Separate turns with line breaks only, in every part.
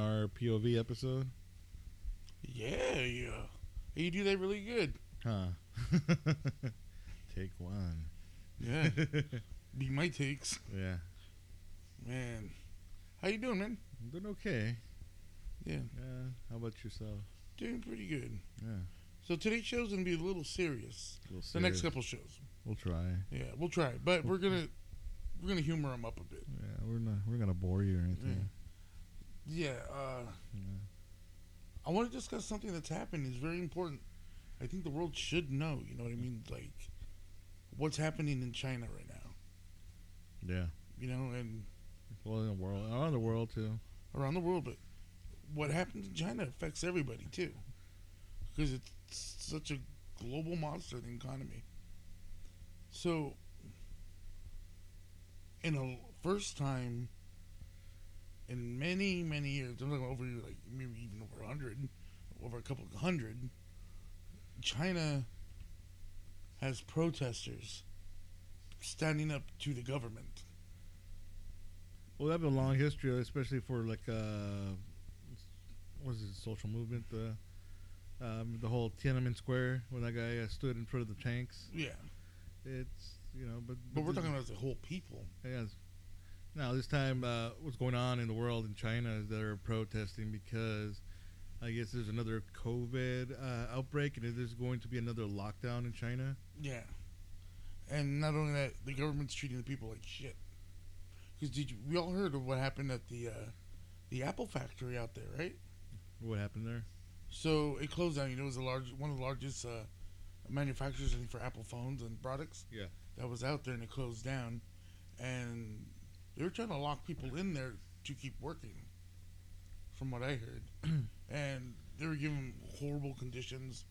POV episode?
Yeah, yeah. You do that really good.
Huh. Take one.
Yeah. Be my takes.
yeah.
Man. How you doing, man?
I'm doing okay.
Yeah.
Yeah. How about yourself?
Doing pretty good.
Yeah.
So today's show's gonna be a little serious.
We'll
The next couple shows.
We'll try.
Yeah, we'll try. But we're gonna we're gonna humor them up a bit.
Yeah, we're not we're gonna bore you or anything.
Yeah, uh
Yeah.
I wanna discuss something that's happened is very important. I think the world should know, you know what I mean? Like what's happening in China right now.
yeah.
You know, and
Well, in the world, around the world too.
around the world, but what happens in China affects everybody too, because it's such a global monster the economy. So, in a first time in many many years, I'm talking over like maybe even over a hundred, over a couple of hundred, China has protesters standing up to the government.
Well, that'd be a long history, especially for like uh, what is it, social movement? The um, the whole Tiananmen Square when that guy uh, stood in front of the tanks.
Yeah,
It's you know, but
but we're
this-
talking about the whole people.
Yes. Now, this time, uh, what's going on in the world in China is they're protesting because I guess there's another COVID uh, outbreak and there's going to be another lockdown in China.
Yeah. And not only that, the government's treating the people like shit. Because did you, we all heard of what happened at the uh, the Apple factory out there, right?
What happened there?
So it closed down. You know, it was the large one of the largest uh, manufacturers I think, for Apple phones and products.
Yeah.
That was out there and it closed down, and they were trying to lock people in there to keep working. From what I heard, and they were giving 'em horrible conditions,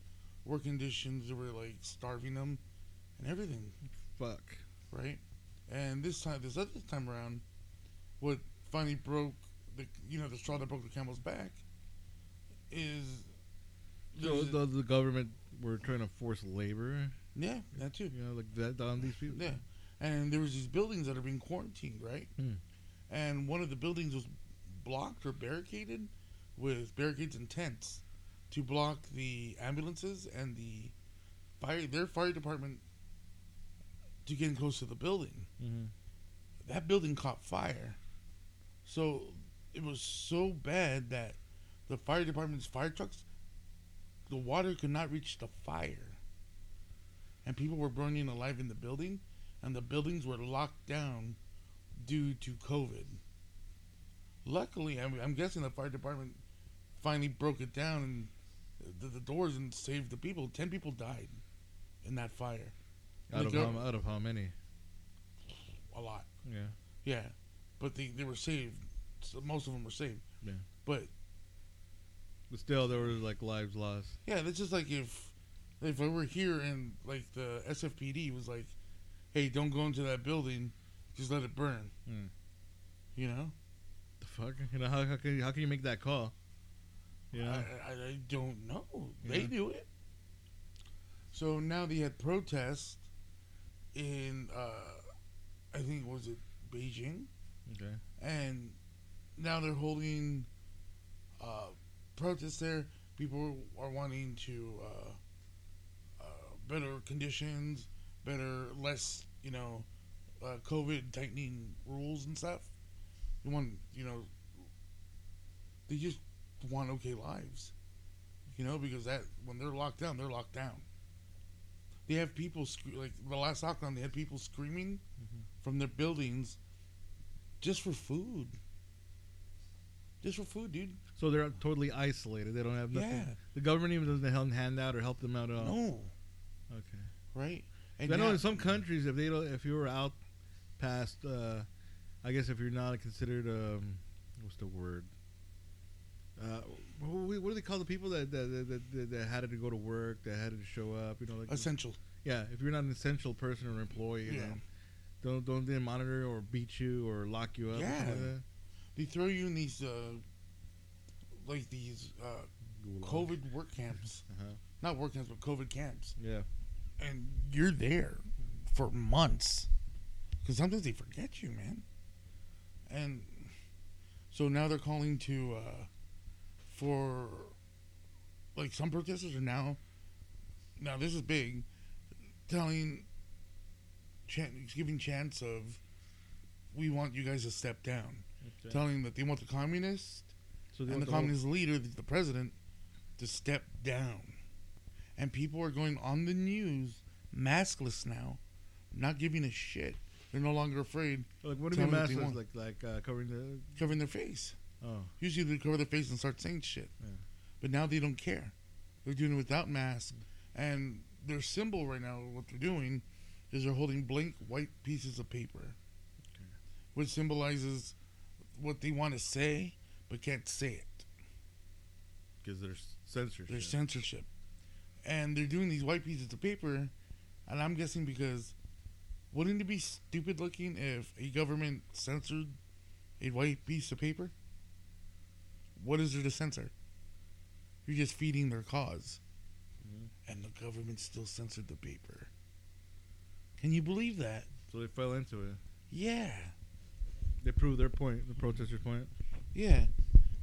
work conditions. They were like starving them, and everything
Fuck.
right? And this time, this other time around, what finally broke the you know the straw that broke the camel's back is
So the, the government were trying to force labor,
yeah that too
you know, like that on these people.
yeah, and there was these buildings that are being quarantined right,
Hmm.
and one of the buildings was blocked or barricaded with barricades and tents to block the ambulances and the fire their fire department to getting close to the building.
hmm
that building caught fire. So it was so bad that the fire department's fire trucks, the water could not reach the fire. And people were burning alive in the building, and the buildings were locked down due to COVID. Luckily, I'm, I'm guessing the fire department finally broke it down and the, the doors and saved the people. Ten people died in that fire.
Out, of
Like, uh,
how, out of how many?
A lot.
Yeah.
Yeah, but they, they were saved. So most of them were saved.
Yeah.
But
But still, there were like lives lost.
yeah, that's just like if if I were here and like the SFPD was like, "Hey, don't go into that building. Just let it burn."
Mm.
You know.
The fuck? You know, how, how, can, you- how can you make that call? You know?
I, I, I don't know. They
Yeah.
do it. So now they had protests in, uh, I think was it Beijing,
okay.
and now they're holding uh, protests there. People are wanting to uh, uh, better conditions, better, less, you know, uh, COVID tightening rules and stuff. They want, you know, they just want okay lives, you know, because that when they're locked down, they're locked down. They have people sc- like the last lockdown. They had people screaming
Mhm.
from their buildings just for food. Just for food, dude.
So they're totally isolated. They don't have nothing.
Yeah.
The government even doesn't help hand out or help them out at all.
No.
Okay.
Right?
I know
now-
in some countries, if they don't, if you were out past, uh, I guess if you're not considered, um, what's the word? Uh, wh- wh- what do they call the people that that, that, that- that that had to go to work, that had to show up? You know, like
essential.
yeah, if you're not an essential person or employee, you
Yeah.
know, don't don't they monitor or beat you or lock you up? or something
Yeah.
like
They throw you in these uh like these uh
that?
COVID work camps.
Uh-huh.
Not work camps, but COVID camps.
Yeah.
And you're there for months. Cuz sometimes they forget you, man. And so now they're calling to uh for like some protesters are now now this is big telling chan- giving chance of we want you guys to step down
Okay.
telling that they want the communists
So they
and
want
the
whole-
communist leader the president to step down and people are going on the news maskless now not giving a shit they're no longer afraid
like what do you
tell
mean
me what they
maskless?
want.
Like like uh, covering the
covering their face
oh
usually they cover their face and start saying shit
Yeah.
but now they don't care they're doing it without mask and their symbol right now what they're doing is they're holding blank white pieces of paper which symbolizes what they want to say but can't say it
because there's censorship.
There's censorship. And they're doing these white pieces of paper, and I'm guessing because wouldn't it be stupid looking if a government censored a white piece of paper? What is there to censor? You're just feeding their because
Mhm.
And the government still censored the paper. Can you believe that?
so they fell into it.
Yeah.
They proved their point, the protesters' point.
Yeah,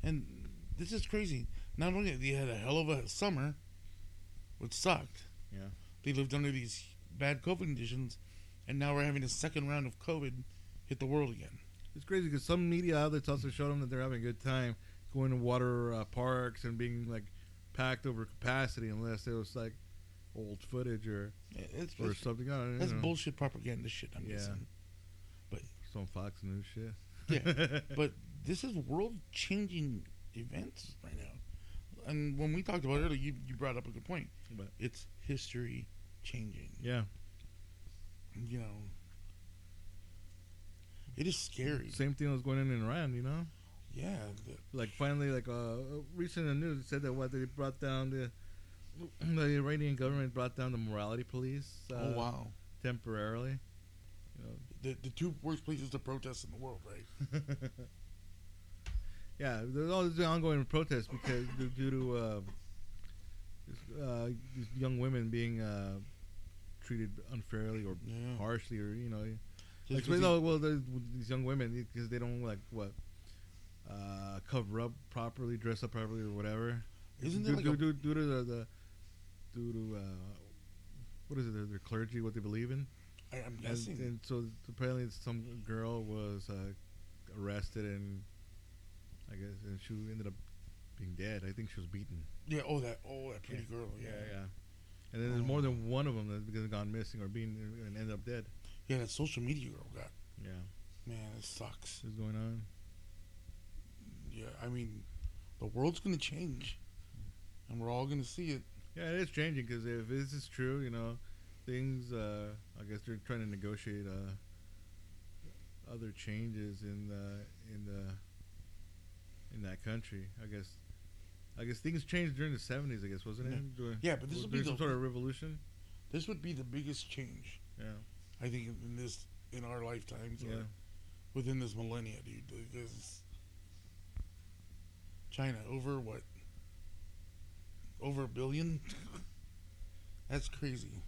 and this is crazy. Not only they had a hell of a summer, which sucked.
Yeah.
they lived under these bad COVID conditions, and now we're having a second round of COVID hit the world again.
It's crazy because some media outlets also showed them that they're having a good time going to water uh, parks and being like packed over capacity unless it was like old footage or,
It- It's,
or
it's-
something. I don't
that's
know,
bullshit propaganda shit. I'm
Yeah.
guessing.
Some Fox News shit.
Yeah, But this is world changing events right now, and when we talked about it earlier, you, you brought up a good point.
But-
It's history changing.
yeah.
You know, it is scary.
Same thing was going on in Iran, you know.
Yeah, the,
Like finally, like uh, recent in the news it said that what they brought down the the Iranian government brought down the morality police. Uh,
oh wow.
Temporarily.
The, the two worst places to protest in the world, right?
Yeah, there's all these ongoing protests because due, due to uh, this, uh, these young women being uh, treated unfairly or
Yeah.
harshly, or you know,
Just
like,
'cause
well, well, there's these young women because they don't like what uh, cover up properly, dress up properly, or whatever.
Isn't
due,
there like
due,
a-
due, due to the, the due to uh, what is it? Their, their clergy, what they believe in,
they- I, I'm
and,
guessing.
and so apparently some girl was uh, arrested and I guess and she ended up being dead. I think she was beaten.
Yeah. Oh, that. Oh, that pretty girl. Yeah. yeah.
And then there's
Oh.
more than one of them that's because gone missing or being and ended up dead.
that social media girl got.
Yeah,
Man, it sucks.
this is going on.
Yeah. I mean, the world's gonna change, and we're all gonna see it.
Yeah, it is changing because if this is true, you know, things. Uh, I guess they're trying to negotiate uh, other changes in the in the in that country. I guess. I guess things changed during the seventies. I guess wasn't it? Dur-
Yeah, but this
was
would be
there some
the-
sort of revolution.
This would be the biggest change
Yeah,
I think in, in this in our lifetimes.
yeah.
Or within this millennia, dude. Because China over what? Over a billion? That's crazy.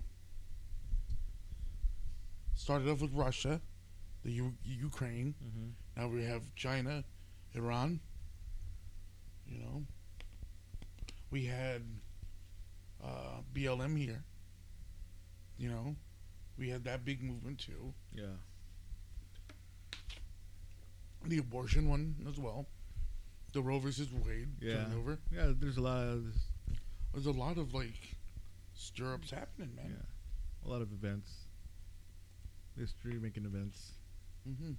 Started off with Russia, the U- Ukraine.
Mm-hmm.
Now we have China, Iran. You know, we had uh, BLM here. You know, we had that big movement too.
Yeah.
The abortion one as well. The Roe versus Wade
Yeah.
turnover.
Yeah. There's a lot of this,
There's a lot of like stir ups happening, man.
yeah, a lot of events. History making events.
Mm-hmm.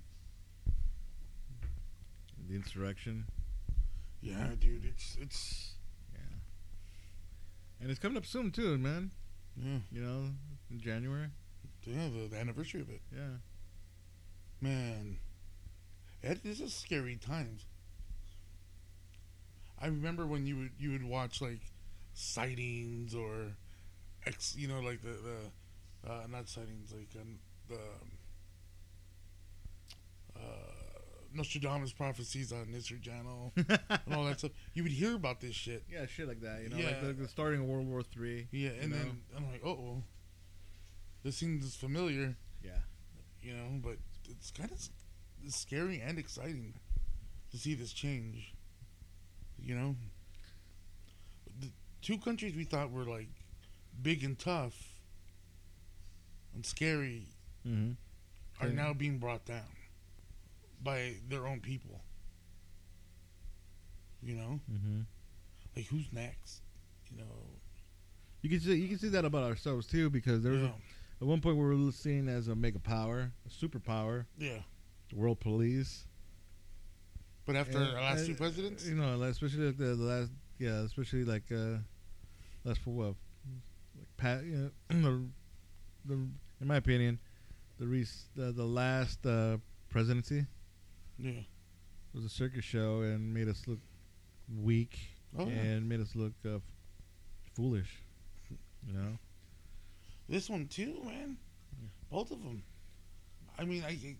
The insurrection.
Yeah, dude, it's it's
Yeah. And it's coming up soon too, man.
yeah,
You know, in January.
yeah the, the anniversary of it.
Yeah.
Man, that, this is scary times. I remember when you would you would watch like sightings or ex, you know, like the the uh, not sightings, like um, the um, uh, Nostradamus prophecies on History Channel and all that stuff. You would hear about this shit.
yeah, shit like that. You know,
Yeah.
like the, the starting of World War Three.
Yeah, and
know?
then I'm like, oh, this seems familiar,
Yeah.
you know, but it's kind of scary and exciting to see this change, you know. two countries we thought were like big and tough and scary
Mm-hmm.
are
Yeah.
now being brought down by their own people. You know,
Mm-hmm.
like who's next? You know,
You can see you can see that about ourselves too because there was
yeah,
a, at one point we were seen as a mega power, a superpower,
yeah.
world police.
But after
And-
our last
and,
two presidents,
you know, like, especially like the, the last, yeah, especially like uh, last for what, like Pat, you know, the, the in my opinion, the rec- the, the last uh, presidency
yeah,
was a circus show and made us look weak
oh yeah.
and made us look uh, foolish, you know.
This one too, man.
Yeah.
Both of them. I mean, I I-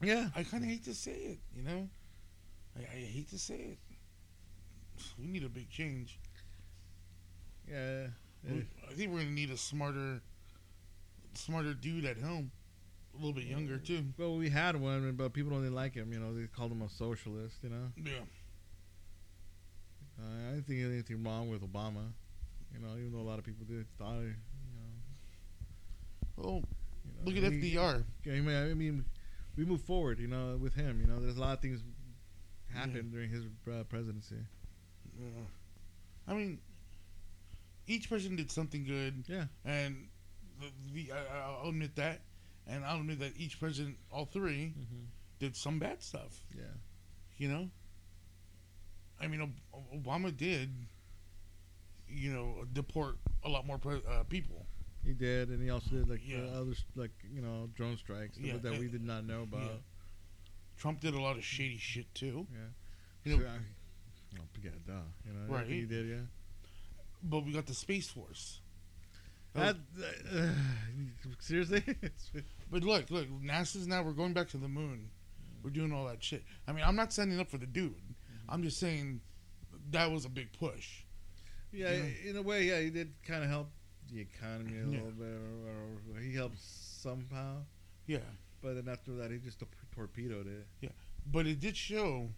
Yeah,
I kind of hate to say it, you know. I, I hate to say it. We need a big change.
yeah.
We- I think we're gonna need a smarter, smarter dude at home, a little bit younger too.
Well, we had one, but people don't really like him. You know, they called him a socialist. You know,
Yeah,
uh, I didn't think anything wrong with Obama. You know, even though a lot of people did thought, you know,
Oh,
You know,
look at
I mean,
FDR.
I mean, I mean, we move forward, you know, with him. You know, there's a lot of things happened during his uh, presidency.
Yeah. I mean, each person did something good.
Yeah.
And the, the I, I'll admit that, and I'll admit that each person, all three,
Mm-hmm.
did some bad stuff.
Yeah.
You know. I mean, Ob- Ob- Obama did. You know, deport a lot more pre- uh, people.
He did, and he also did like
Yeah.
the other s- like you know drone strikes
Yeah,
that we
uh,
did not know about.
yeah. Trump did a lot of shady shit too.
Yeah.
You know,
So, I- oh, yeah, duh. You know,
Right.
He did, yeah.
but we got the space force.
That, uh, seriously,
But look, look, NASA's now we're going back to the moon. We're doing all that shit. I mean, I'm not standing up for the dude.
Mm-hmm.
I'm just saying that was a big push.
yeah.
Yeah.
In a way, yeah, he did kind of help the economy a
Yeah.
little bit, or, or he helped somehow.
Yeah.
But then after that, he just torpedoed it.
But it did show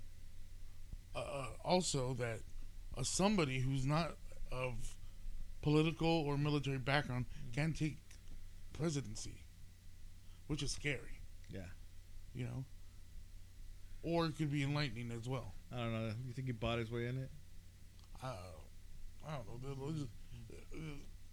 uh, uh, also that uh, somebody who's not of political or military background
Mm-hmm.
can take presidency, which is scary.
Yeah.
You know? Or it could be enlightening as well.
I don't know. You think he bought his way in it?
uh, I don't know. there was-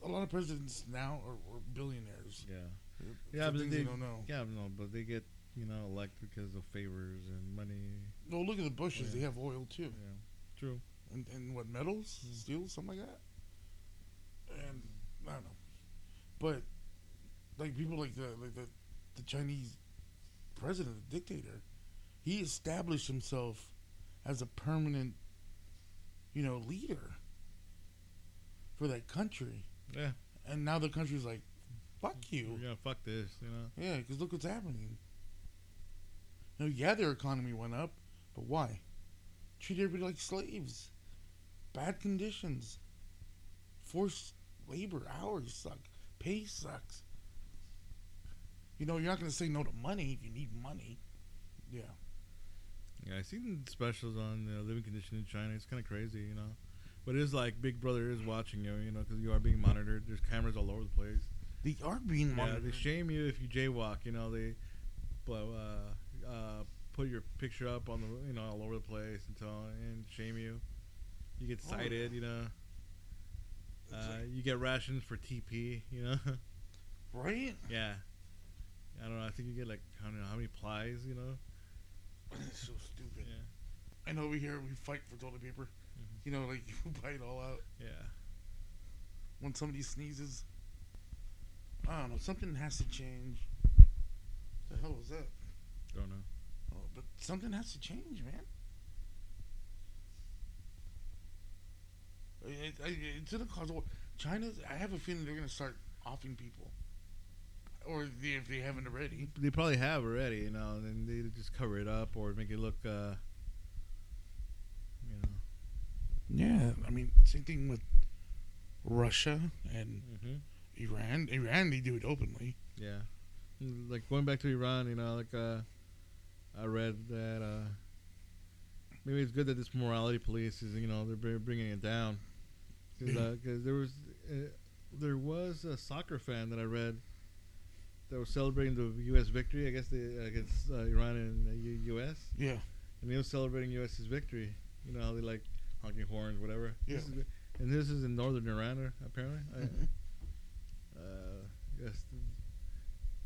A lot of presidents now are, are billionaires.
Yeah.
for
Yeah, but
things
they-
don't know.
Yeah, no, but they get you know elected because of favors and money.
Well, look at the Bushes.
Yeah.
They have oil too,
Yeah, true.
and, and what metals, steel, something like that. And I don't know, but like people like the like the, the Chinese president, the dictator, he established himself as a permanent, you know, leader for that country.
Yeah,
and now the country's like, fuck you.
yeah. Fuck this, you know.
Yeah, because look what's happening. Now, yeah, their economy went up, but why? Treat everybody like slaves. Bad conditions. Forced labor. Hours suck. Pay sucks. You know, you're not going to say no to money if you need money. Yeah.
Yeah, I seen specials on the living condition in China. It's kind of crazy, you know. But it's like Big Brother is watching you, you know, because you are being monitored. There's cameras all over the place.
They are being
Yeah,
monitored.
they shame you if you jaywalk. You know, they blow, uh, uh, put your picture up on the, you know, all over the place and so on, and shame you. You get
Oh.
cited, you know.
It's
Uh,
like-
you get rations for TP, you know.
right?
yeah, I don't know. I think you get like I don't know how many plies, you know.
so stupid.
Yeah, Mm-hmm.
And over here, we fight for toilet paper. You know, like, you buy it all out.
yeah.
when somebody sneezes. I don't know. Something has to change. The hell was that?
Don't know.
Oh, but something has to change, man. It, it, it's gonna cause war. China's. I have a feeling they're gonna start offing people, or they, if they haven't already.
They probably have already, you know, and they just cover it up or make it look, uh, you know.
Yeah, I mean, same thing with Russia and
Mm-hmm.
Iran. Iran, they do it openly.
Yeah, like going back to Iran, you know, like uh, I read that uh, maybe it's good that this morality police is, you know, they're br- bringing it down because there was uh, there was a soccer fan that I read that was celebrating the U.S. victory. I guess they, against uh, Iran and the U- U.S.
Yeah.
and he was celebrating U.S.'s victory. You know how they like honking horns, whatever.
Yeah.
This is, and this is in northern Iran, uh, apparently. I, uh, yes,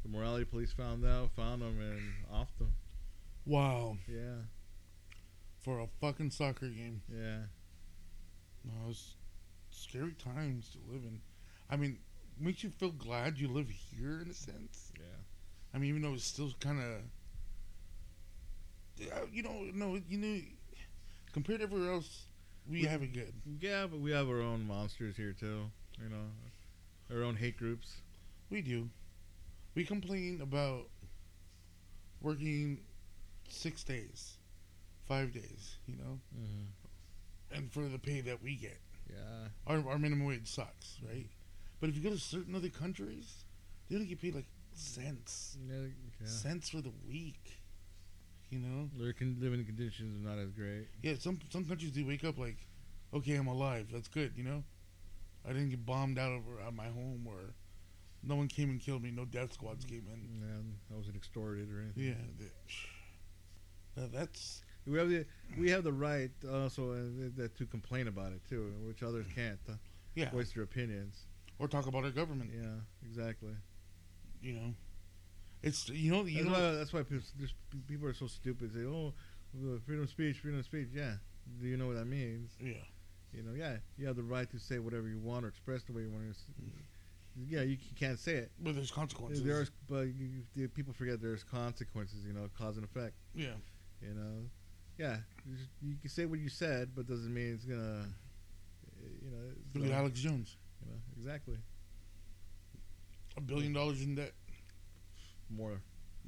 the morality police found out, found them, and offed them.
Wow.
Yeah,
For a fucking soccer game.
yeah.
No, it's scary times to live in. I mean, makes you feel glad you live here in a sense.
Yeah.
I mean, even though it's still kind of, you know, no, you know, compared to everywhere else, we,
We-
have it good.
Yeah, but we have our own monsters here too. You know, our own hate groups.
We do. We complain about working six days, five days, you know,
Mm-hmm.
and for the pay that we get.
Yeah.
Our, our minimum wage sucks, right? But if you go to certain other countries, they only get paid like cents,
Yeah. yeah.
cents for the week, you know.
Their con- living conditions are not as great.
Yeah, some some countries do wake up like, okay, I'm alive. That's good, you know. I didn't get bombed out of out of my home, or no one came and killed me. No death squads came in.
Yeah, I wasn't extorted or anything.
Yeah, that, that- that's
We have the we have the right also uh, th- that to complain about it too, which others can't. Uh,
yeah.
Voice their opinions.
Or talk about our government.
Yeah, exactly.
You know, it's you know you
that's,
know
why, that's why people, there's- people are so stupid. They say, "Oh, uh, freedom of speech, freedom of speech." Yeah, do you know what that means?
yeah.
You know, yeah, you have the right to say whatever you want or express the way you want. to s-
Mm.
Yeah, you c- can't say it.
But there's consequences.
There's, but you, you- the people forget there's consequences. You know, cause and effect.
yeah.
You know, yeah, you just- you can say what you said, but doesn't mean it's gonna. uh, You know, it's
Look at
not-
Alex Jones,
you know exactly
a billion dollars in debt.
more,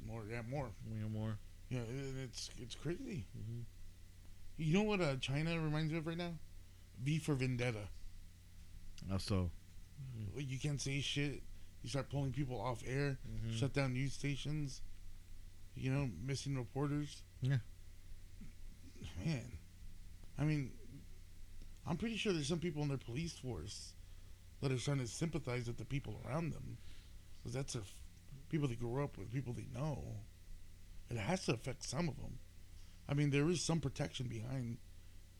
More, yeah, more.
you know, more.
Yeah, it- it's it's crazy.
Mhm.
You know what uh, China reminds me of right now? V for Vendetta. Uh,
Also,
Like, you can't say shit. You start pulling people off air,
Mhm.
shut down news stations. You know, missing reporters.
Yeah.
Man, I mean, I'm pretty sure there's some people in their police force that are trying to sympathize with the people around them, 'cause that's their f- people they grew up with, people they know. It has to affect some of them. I mean, there is some protection behind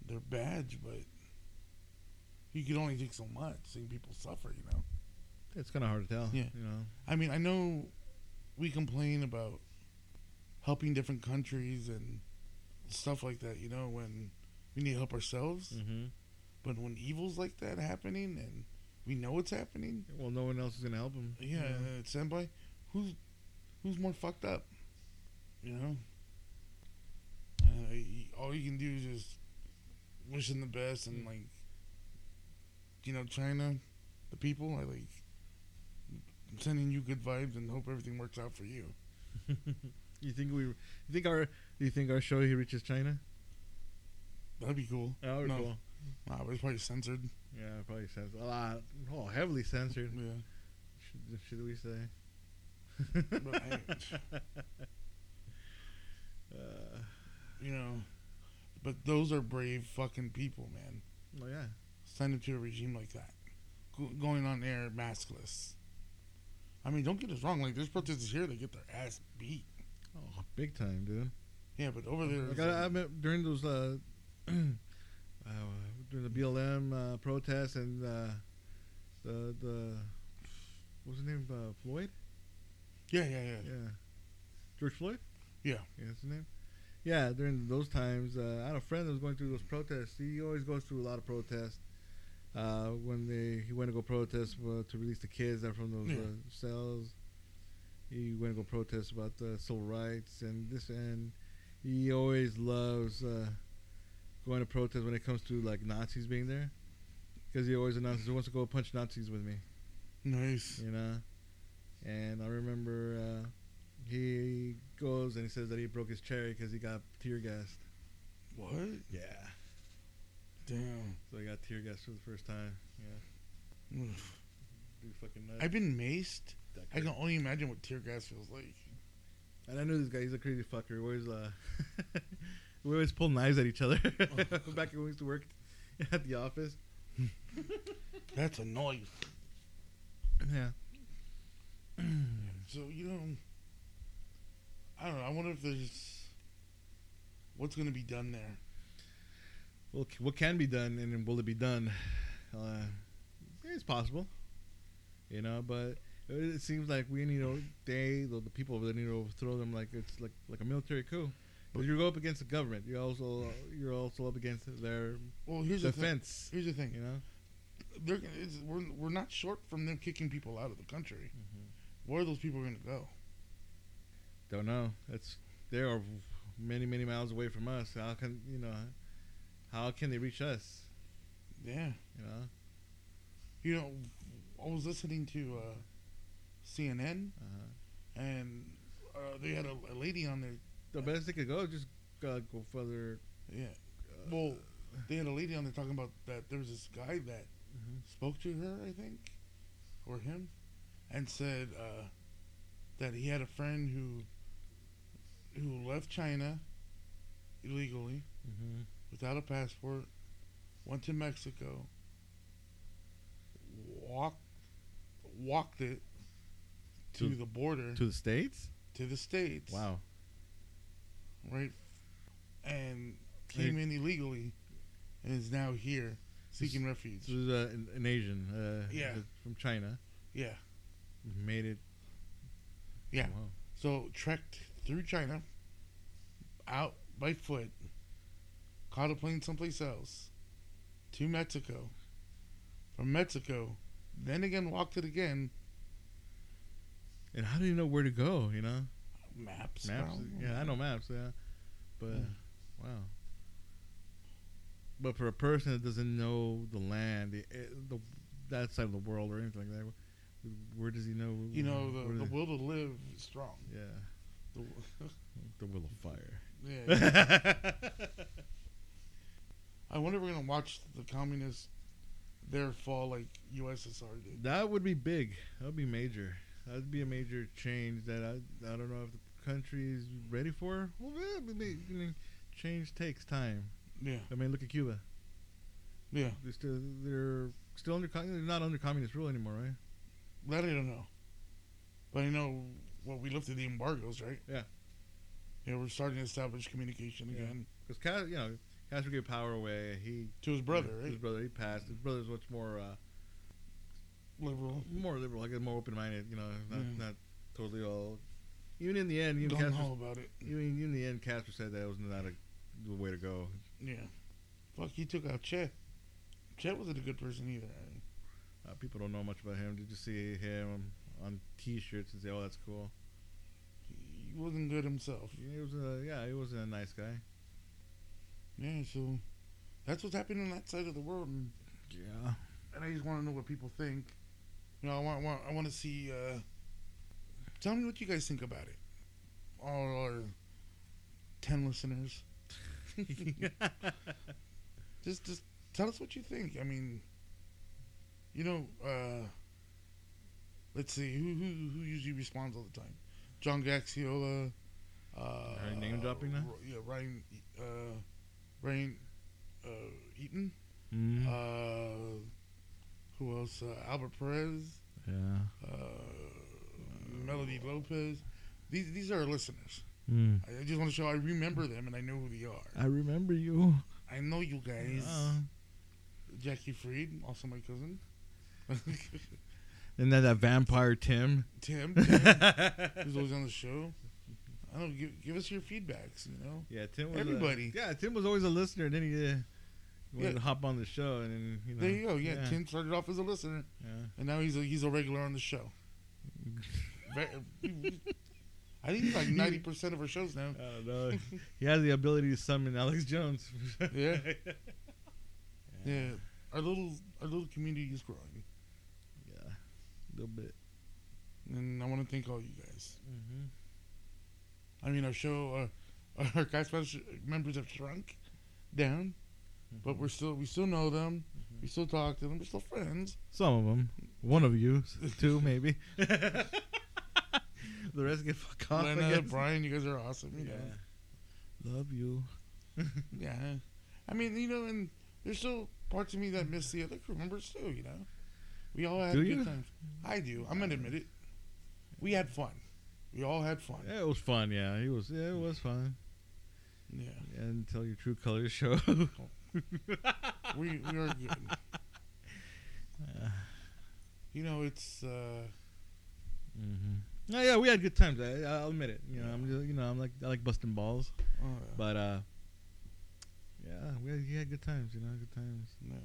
their badge, but you can only take so much seeing people suffer, you know.
it's kind of hard to tell.
Yeah.
you know.
I mean, I know we complain about helping different countries and stuff like that, you know, when we need to help ourselves.
Mm-hmm.
But when evils like that happening and we know it's happening,
Well, no one else is gonna help him.
yeah, and then it's senpai, who's who's more fucked up? You know? Uh, y- all you can do is just wish them the best and, like, you know, China, the people, I like. I'm sending you good vibes and hope everything works out for you.
You think we? You think our? Do you think our show here reaches China?
That'd be cool.
That would
no,
cool.
Nah, but it's probably censored.
Yeah, probably censored. A lot. Oh, heavily censored.
Yeah.
Should, should we say?
But I-
Uh,
you know, but those are brave fucking people, man.
well, yeah.
Send them to a regime like that, Go- going on there maskless. I mean, don't get us wrong. Like, there's protesters here that get their ass beat.
Oh, big time, dude.
Yeah, but over there,
Like
it's
I, I
like-
met during those uh, uh, during the BLM uh, protests and uh, the the what's his name uh, Floyd?
yeah, yeah, yeah,
Yeah, George Floyd.
Yeah.
yeah, that's his name. Yeah, during those times, uh, I had a friend that was going through those protests. He always goes through a lot of protests. Uh, when they he went to go protest uh, to release the kids out from those
Yeah.
uh, cells, he went to go protest about the civil rights and this and he always loves uh, going to protest when it comes to like Nazis being there because he always announces he wants to go punch Nazis with me
Nice.
you know. And I remember uh, he goes and he says that he broke his cherry because he got tear gassed.
What?
Yeah.
Damn.
So he got tear gassed for the first time. Yeah.
Oof.
Dude, fucking nuts.
I've been maced.
That
I
guy.
can only imagine what tear gas feels like.
And I knew this guy. He's a crazy fucker. We always, uh, Oh. we always pull knives at each other. Back when we used to work at the office,
That's a noise.
Yeah.
So you know, I don't know. I wonder if there's what's going to be done there.
Well, c- what can be done, and then will it be done? Uh, it's possible, you know. But it, it seems like we need to. They, the, the people over there, need to overthrow them. Like it's like like a military coup. But you go up against the government. You also you're also up against their
Well, here's the thing.
defense.
Here's the thing.
You know.
They're, gonna- it's, we're we're not short from them kicking people out of the country. Where are those people going to go?
Don't know. That's they are many many miles away from us. How can you know? How can they reach us?
Yeah.
You know.
You know, I was listening to uh, CNN,
Uh-huh.
and uh, they had a, a lady on there.
The best they could go is just uh, go further.
Yeah.
Uh,
Well, they had a lady on there talking about that there was this guy that
Mhm.
spoke to her, I think, or him, and said uh, that he had a friend who who left China illegally
Mhm.
without a passport, went to Mexico, walked walked it to,
To-
the border
to the states.
to the states.
Wow.
Right. And came in illegally and is now here seeking
This
refuge.
was uh, an, an Asian. Uh,
Yeah.
From China.
Yeah.
Made it.
Yeah.
Wow.
So trekked through China, out by foot, caught a plane someplace else, to Mexico. From Mexico, then again walked it again.
And how do you know where to go? You know,
Maps.
maps.
bro.
Yeah, I know maps. Yeah, but
Yeah.
wow. But for a person that doesn't know the land, the, eh, the that side of the world or anything like that, where does he know?
You know
where
the, the
they-
will to live is strong.
yeah,
The,
the will of fire.
yeah. I wonder if we're gonna watch the communists their fall like USSR did.
That would be big. That would be major. That'd be a major change that I I don't know if the country is ready for. Well, yeah, but may- I mean, change takes time.
Yeah,
I mean, look at Cuba.
yeah.
They're still, they're still under con- they're not under communist rule anymore, right?
That I don't know. But I know well we lifted the embargoes, right?
Yeah.
Yeah, we're starting to establish communication
Yeah.
again
Because Cas- you know Castro gave power away. He
to his brother,
His
right?
brother he passed. His brother's much more uh,
Liberal.
more liberal, I guess more open minded. You know, not
Yeah.
not totally all. Even in the end, even
Gung
Castro,
ho about it.
even, even in the end, Castro said that it was not a the way to go.
Yeah. Fuck, he took out Chet. Chet wasn't a good person either.
Uh, people don't know much about him. Did you see him on T-shirts and say, "Oh, that's cool"?
He wasn't good himself.
He was a yeah, he was a nice guy.
Yeah, so that's what's happening on that side of the world. And,
Yeah.
and I just want to know what people think. You know, I want, want I want to see. Uh, tell me what you guys think about it. All our ten listeners, just just tell us what you think. I mean, you know, uh, let's see who who who usually responds all the time. John Gaxiola. Uh,
Are you name dropping now?
Ro- Yeah, Ryan. Uh, Ryan uh, Eaton.
Mm.
Uh, who else? Uh, Albert Perez,
yeah.
uh, Melody Lopez. These these are our listeners.
Mm.
I I just want to show I remember them and I know who they are.
I remember you.
I know you guys.
Uh,
Jackie Freed, also my cousin.
and then that vampire Tim.
Tim, who's always on the show. I don't give give us your feedbacks. You know,
yeah, Tim. Was a-
Everybody.
yeah, Tim was always a listener. Then he uh, wanted
Yeah.
to hop on the show, and then you know.
there you go. Yeah, Tim started off as a listener
yeah.
and now he's a, he's a regular on the show. Ve- I think he's like ninety percent of our shows now.
I don't know. he has the ability to summon Alex Jones.
Yeah. Yeah, our little our little community is growing,
Yeah. A little bit.
and I want to thank all you guys.
Mm-hmm.
I mean, our show, uh, our Casper members have shrunk down,
Mm-hmm.
but we're still we still know them. We still talk to them. We're still friends.
Some of them. One of you. Two, maybe. the rest get fuck off. I
Lena,
guess.
Brian, you guys are awesome. You
Yeah.
know.
Love you.
yeah. I mean, you know, and there's still parts of me that miss the other crew members too. You know, we all had
Do
good
you?
times. I do. I'm gonna admit it. We had fun. We all had fun.
Yeah, it was fun. Yeah, he was. Yeah, it was fun.
Yeah,
And until your true colors show.
we we are good. You know, it's uh,
Mm-hmm. No, yeah, we had good times. I, I'll admit it. You know, I'm just, you know, I'm like I like busting balls,
oh, yeah.
but uh, yeah, we had, he had good times. You know, good times.
yeah.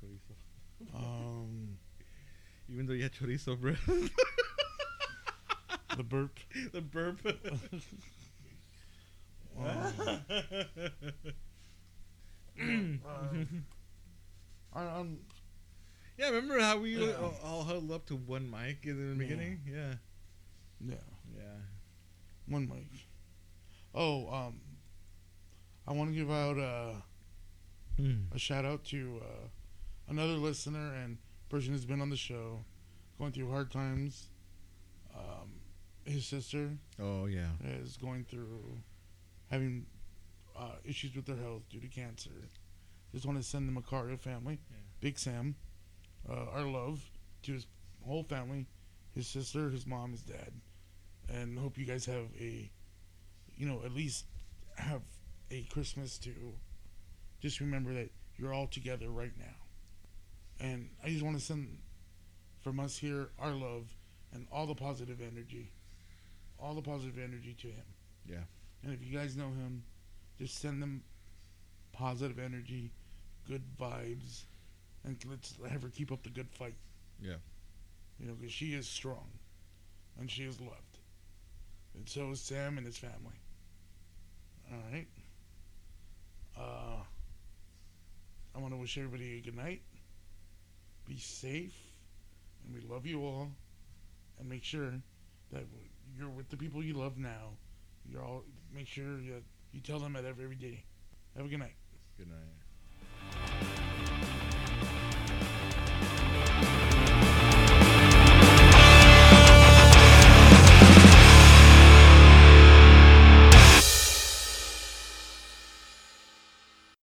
Chorizo.
Um,
Even though you had chorizo, bro,
the burp.
the burp. Oh.
Um, um, I, I'm
yeah, remember how we
Yeah.
all, all huddled up to one mic in the
Yeah.
beginning? Yeah,
yeah.
yeah.
One mic. Oh, um, I want to give out uh, a shout out to uh, another listener and person who's been on the show, going through hard times. Um, his sister
Oh yeah.
is going through having uh, issues with their health due to cancer. Just want to send the Macario family,
Yeah.
Big Sam, uh, our love to his whole family, his sister, his mom, his dad, and hope you guys have a, you know, at least have a Christmas to just remember that you're all together right now. And I just want to send from us here our love and all the positive energy, all the positive energy to him.
Yeah.
And if you guys know him, just send them positive energy, good vibes, and let's have her keep up the good fight.
Yeah.
You know, because she is strong, and she is loved, and so is Sam and his family. All right. Uh, I want to wish everybody a good night. Be safe, and we love you all. And make sure that you're with the people you love now. You're all make sure that you tell them that every day. Have a good night.
Good night.